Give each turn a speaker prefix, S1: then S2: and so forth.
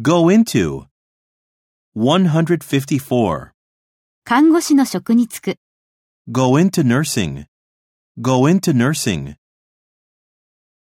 S1: Go into. 154.
S2: 看護師の職に就く。
S1: Go into nursing. Go into nursing.